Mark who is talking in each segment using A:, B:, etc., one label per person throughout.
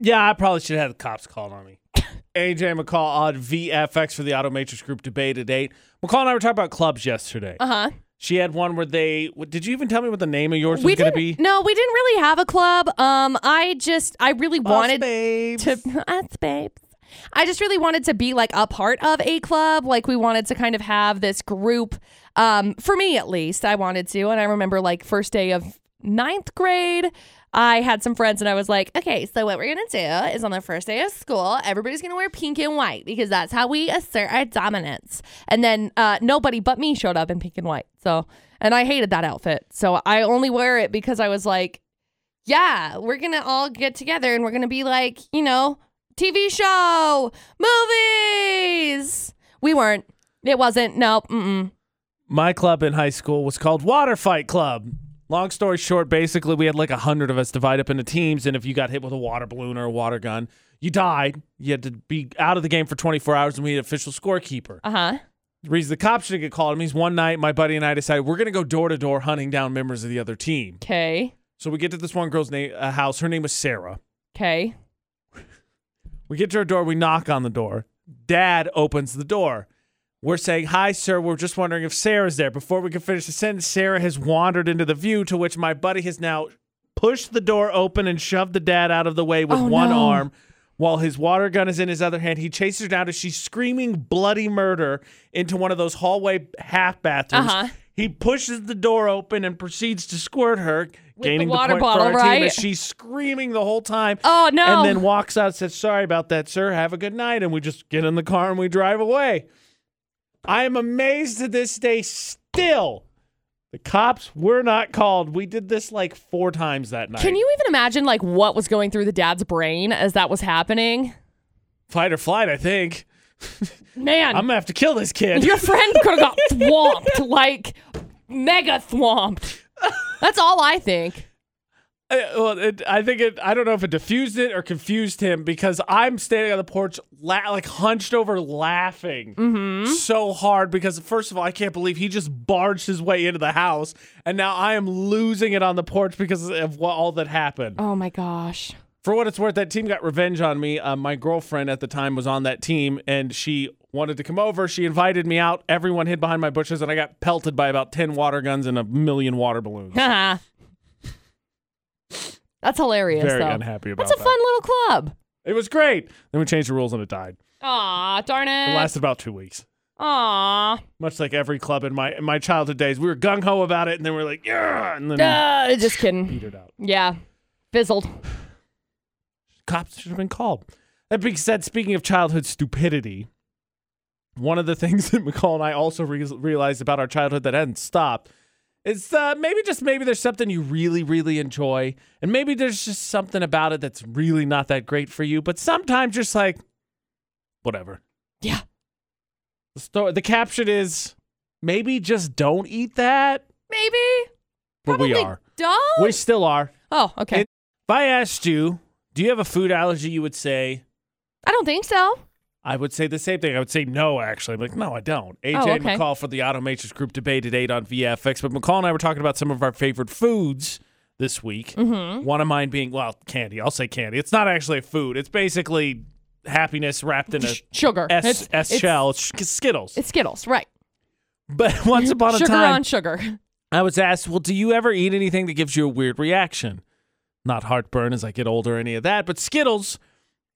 A: Yeah, I probably should have the cops called on me. AJ McCall on VFX for the Automatrix Group debate at eight. McCall and I were talking about clubs yesterday.
B: Uh huh.
A: She had one where they. What, did you even tell me what the name of yours
B: we
A: was going
B: didn't.
A: to be?
B: No, we didn't really have a club. Um, I just I really wanted
A: babes.
B: to us babes. I just really wanted to be like a part of a club. Like we wanted to kind of have this group. Um, for me at least, I wanted to. And I remember like first day of ninth grade, I had some friends and I was like, okay, so what we're gonna do is on the first day of school, everybody's gonna wear pink and white because that's how we assert our dominance. And then uh, nobody but me showed up in pink and white. So and I hated that outfit. So I only wear it because I was like, yeah, we're gonna all get together and we're gonna be like, you know, TV show, movies. We weren't. It wasn't. No. Mm-mm.
A: my club in high school was called Water Fight Club. Long story short, basically, we had like a hundred of us divide up into teams, and if you got hit with a water balloon or a water gun, you died. You had to be out of the game for 24 hours, and we had an official scorekeeper.
B: Uh huh.
A: The reason the cops didn't get called on me is one night my buddy and I decided we're gonna go door to door hunting down members of the other team.
B: Okay.
A: So we get to this one girl's na- uh, house. Her name was Sarah.
B: Okay.
A: We get to her door. We knock on the door. Dad opens the door. We're saying, Hi, sir. We're just wondering if Sarah's there. Before we can finish the sentence, Sarah has wandered into the view, to which my buddy has now pushed the door open and shoved the dad out of the way with
B: Oh,
A: one
B: no.
A: arm. While his water gun is in his other hand, he chases her down as she's screaming bloody murder into one of those hallway half bathrooms.
B: Uh-huh.
A: He pushes the door open and proceeds to squirt her,
B: the
A: gaining
B: water
A: point
B: bottle,
A: for our team
B: right?
A: as she's screaming the whole time.
B: Oh, no.
A: And then walks out, says, "Sorry about that, sir. Have a good night." And we just get in the car and we drive away. I am amazed to this day still. The cops were not called. We did this like four times that night.
B: Can you even imagine like what was going through the dad's brain as that was happening?
A: fight or flight? I think
B: Man,
A: I'm gonna have to kill this kid.
B: your friend could have got thwomped, like mega thwomped. That's all I think.
A: I, Uh, well, it, I think it. I don't know if it diffused it or confused him because I'm standing on the porch, la- like hunched over, laughing
B: Mm-hmm.
A: so hard because first of all, I can't believe he just barged his way into the house, and now I am losing it on the porch because of what, all that happened.
B: Oh my gosh.
A: For what it's worth, that team got revenge on me. Uh, my girlfriend at the time was on that team, and she wanted to come over. She invited me out. Everyone hid behind my bushes, and I got pelted by about ten water guns and a million water balloons.
B: That's Uh-huh. hilarious.
A: Very
B: though.
A: unhappy about
B: That's a
A: that.
B: fun little club.
A: It was great. Then we changed the rules and it died.
B: Aw, darn
A: It
B: it.
A: lasted about two weeks.
B: Aw.
A: Much like every club in my in my childhood days, we were gung ho about it, and then we are like, yeah, and then
B: Uh, just kidding.
A: beat it out.
B: Yeah. Fizzled.
A: Cops should have been called. That being said, speaking of childhood stupidity, one of the things that McCall and I also re- realized about our childhood that hadn't stopped is uh, maybe just maybe there's something you really really enjoy, and maybe there's just something about it that's really not that great for you. But sometimes just like, whatever.
B: Yeah.
A: The, sto- the caption is maybe just don't eat that,
B: Maybe.
A: but
B: Probably
A: we are.
B: Don't.
A: We still are.
B: oh, okay.
A: It- If I asked you, do you have a food allergy? You would say,
B: I don't think so.
A: I would say the same thing. I would say no, actually. I'm like, no, I don't. AJ
B: Oh,
A: and
B: okay.
A: McCall for the Automatrix Group debate at 8 on VFX. But McCall and I were talking about some of our favorite foods this week.
B: Mm-hmm.
A: One of mine being, well, candy. I'll say candy. It's not actually a food, it's basically happiness wrapped in a
B: Sugar.
A: S,
B: It's-
A: S
B: it's-
A: shell. It's sh- Skittles.
B: It's Skittles, right.
A: but once upon a
B: sugar
A: time,
B: on sugar.
A: I was asked, well, do you ever eat anything that gives you a weird reaction? Not heartburn as I get older or any of that, but Skittles,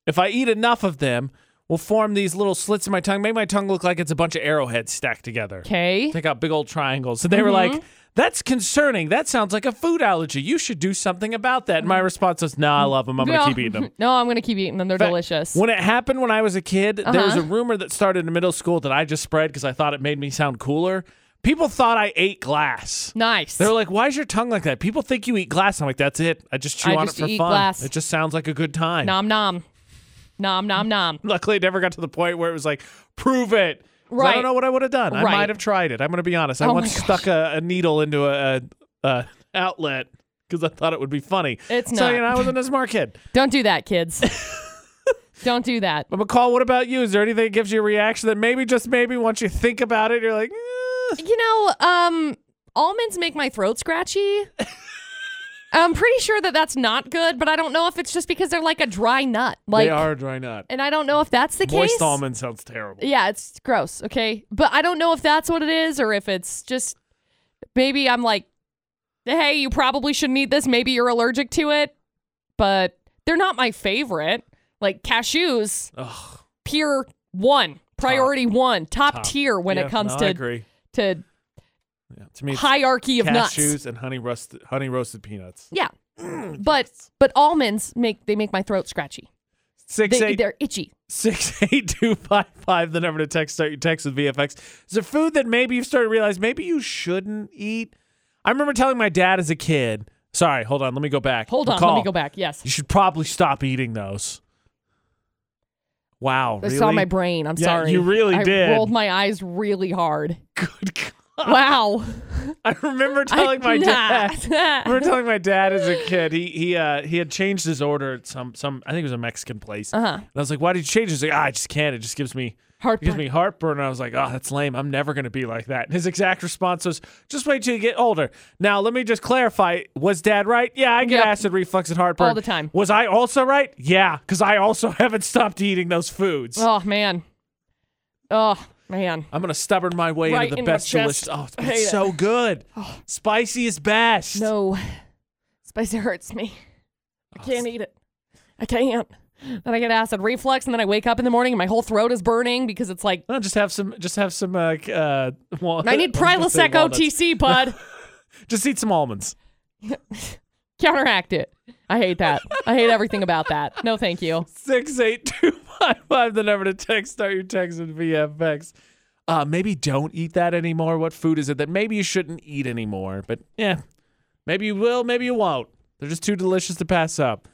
A: if I eat enough of them, will form these little slits in my tongue, make my tongue look like it's a bunch of arrowheads stacked together.
B: Okay. Mm-hmm.
A: Take out big old triangles. And they were like, that's concerning. That sounds like a food allergy. You should do something about that. And
B: Mm-hmm.
A: my response was, no, I love them. I'm going to keep eating them.
B: No, I'm going to keep eating them. They're
A: fact,
B: delicious.
A: When it happened when I was a kid, there was a
B: Uh-huh.
A: rumor that started in middle school that I just spread because I thought it made me sound cooler. People thought I ate glass.
B: nice.
A: They're like, why is your tongue like that? People think you eat glass. I'm like, that's it. I just chew
B: I
A: on
B: just
A: it for
B: eat
A: fun.
B: glass.
A: It just sounds like a good time.
B: nom nom. Nom nom nom.
A: Luckily, it never got to the point where it was like, prove it. 'Cause I
B: Right.
A: don't know what I would have done. I
B: Right.
A: might have tried it. I'm going to be honest. I
B: Oh my
A: once
B: gosh.
A: stuck a, a needle into a, a, a outlet because I thought it would be funny.
B: It's
A: so,
B: not.
A: you know, I wasn't a smart kid.
B: Don't do that, kids. don't do that.
A: But McCall, what about you? Is there anything that gives you a reaction that maybe just maybe once you think about it, you're like, eh.
B: You know, um, almonds make my throat scratchy. I'm pretty sure that that's not good, but I don't know if it's just because they're like a dry nut. Like,
A: they are a dry nut.
B: and I don't know if that's the
A: Moist
B: case.
A: almond sounds terrible.
B: Yeah, it's gross. Okay, but I don't know if that's what it is or if it's just maybe I'm like, hey, you probably shouldn't eat this. Maybe you're allergic to it, but they're not my favorite. Like cashews,
A: Ugh,
B: pure one, priority one, top,
A: Top.
B: tier when
A: yeah,
B: it comes
A: no, I
B: to
A: agree.
B: to
A: Yeah, to me, it's
B: hierarchy of
A: cashews
B: nuts.
A: and honey roasted honey roasted peanuts.
B: Yeah, Mm, but but almonds make they make my throat scratchy.
A: Six
B: They,
A: eight
B: they're itchy.
A: six eight two five five. The number to text. Start your text with VFX. Is there food that maybe you've started to realize maybe you shouldn't eat? I remember telling my dad as a kid. Sorry, hold on. Let me go back.
B: Hold on, let me
A: Recall.
B: go back. Yes,
A: You should probably stop eating those. Wow,
B: I
A: really?
B: saw my brain. I'm
A: Yeah,
B: sorry.
A: you really
B: I
A: did.
B: Rolled my eyes really hard.
A: Good God.
B: Wow.
A: I remember telling my dad. I remember telling my dad as a kid. He he uh, he had changed his order at some some. I think it was a Mexican place.
B: Uh-huh.
A: And I was like, "Why did you change?" it?" He's like, ah, "I just can't. It just gives me it gives
B: Heartburn.
A: me heartburn." And I was like, "Oh, that's lame. I'm never gonna be like that." And his exact response was, "Just wait till you get older." Now let me just clarify: Was Dad right? Yeah, I get
B: Yep.
A: acid reflux and heartburn
B: All the time.
A: Was I also right? Yeah, because I also haven't stopped eating those foods.
B: Oh man. Oh man.
A: I'm gonna stubborn my way
B: Right
A: into the
B: in my
A: best delicious.
B: chest. Oh.
A: Oh, it's
B: I hate it.
A: so good. Spicy is best.
B: No. Spicy hurts me.
A: Oh,
B: I can't eat it. I can't. Then I get acid reflux, and then I wake up in the morning, and my whole throat is burning because it's like
A: No, just have some. Just have some. Uh, c- uh, wal-
B: I need
A: I was gonna say
B: Prilosec
A: walnuts.
B: OTC, bud.
A: Just eat some almonds.
B: Counteract it. I hate that. I hate everything about that. No, thank you.
A: Six eight two five five. The number to text. Start your text with VFX. Uh, maybe don't eat that anymore. What food is it that maybe you shouldn't eat anymore? But yeah, maybe you will. Maybe you won't. They're just too delicious to pass up.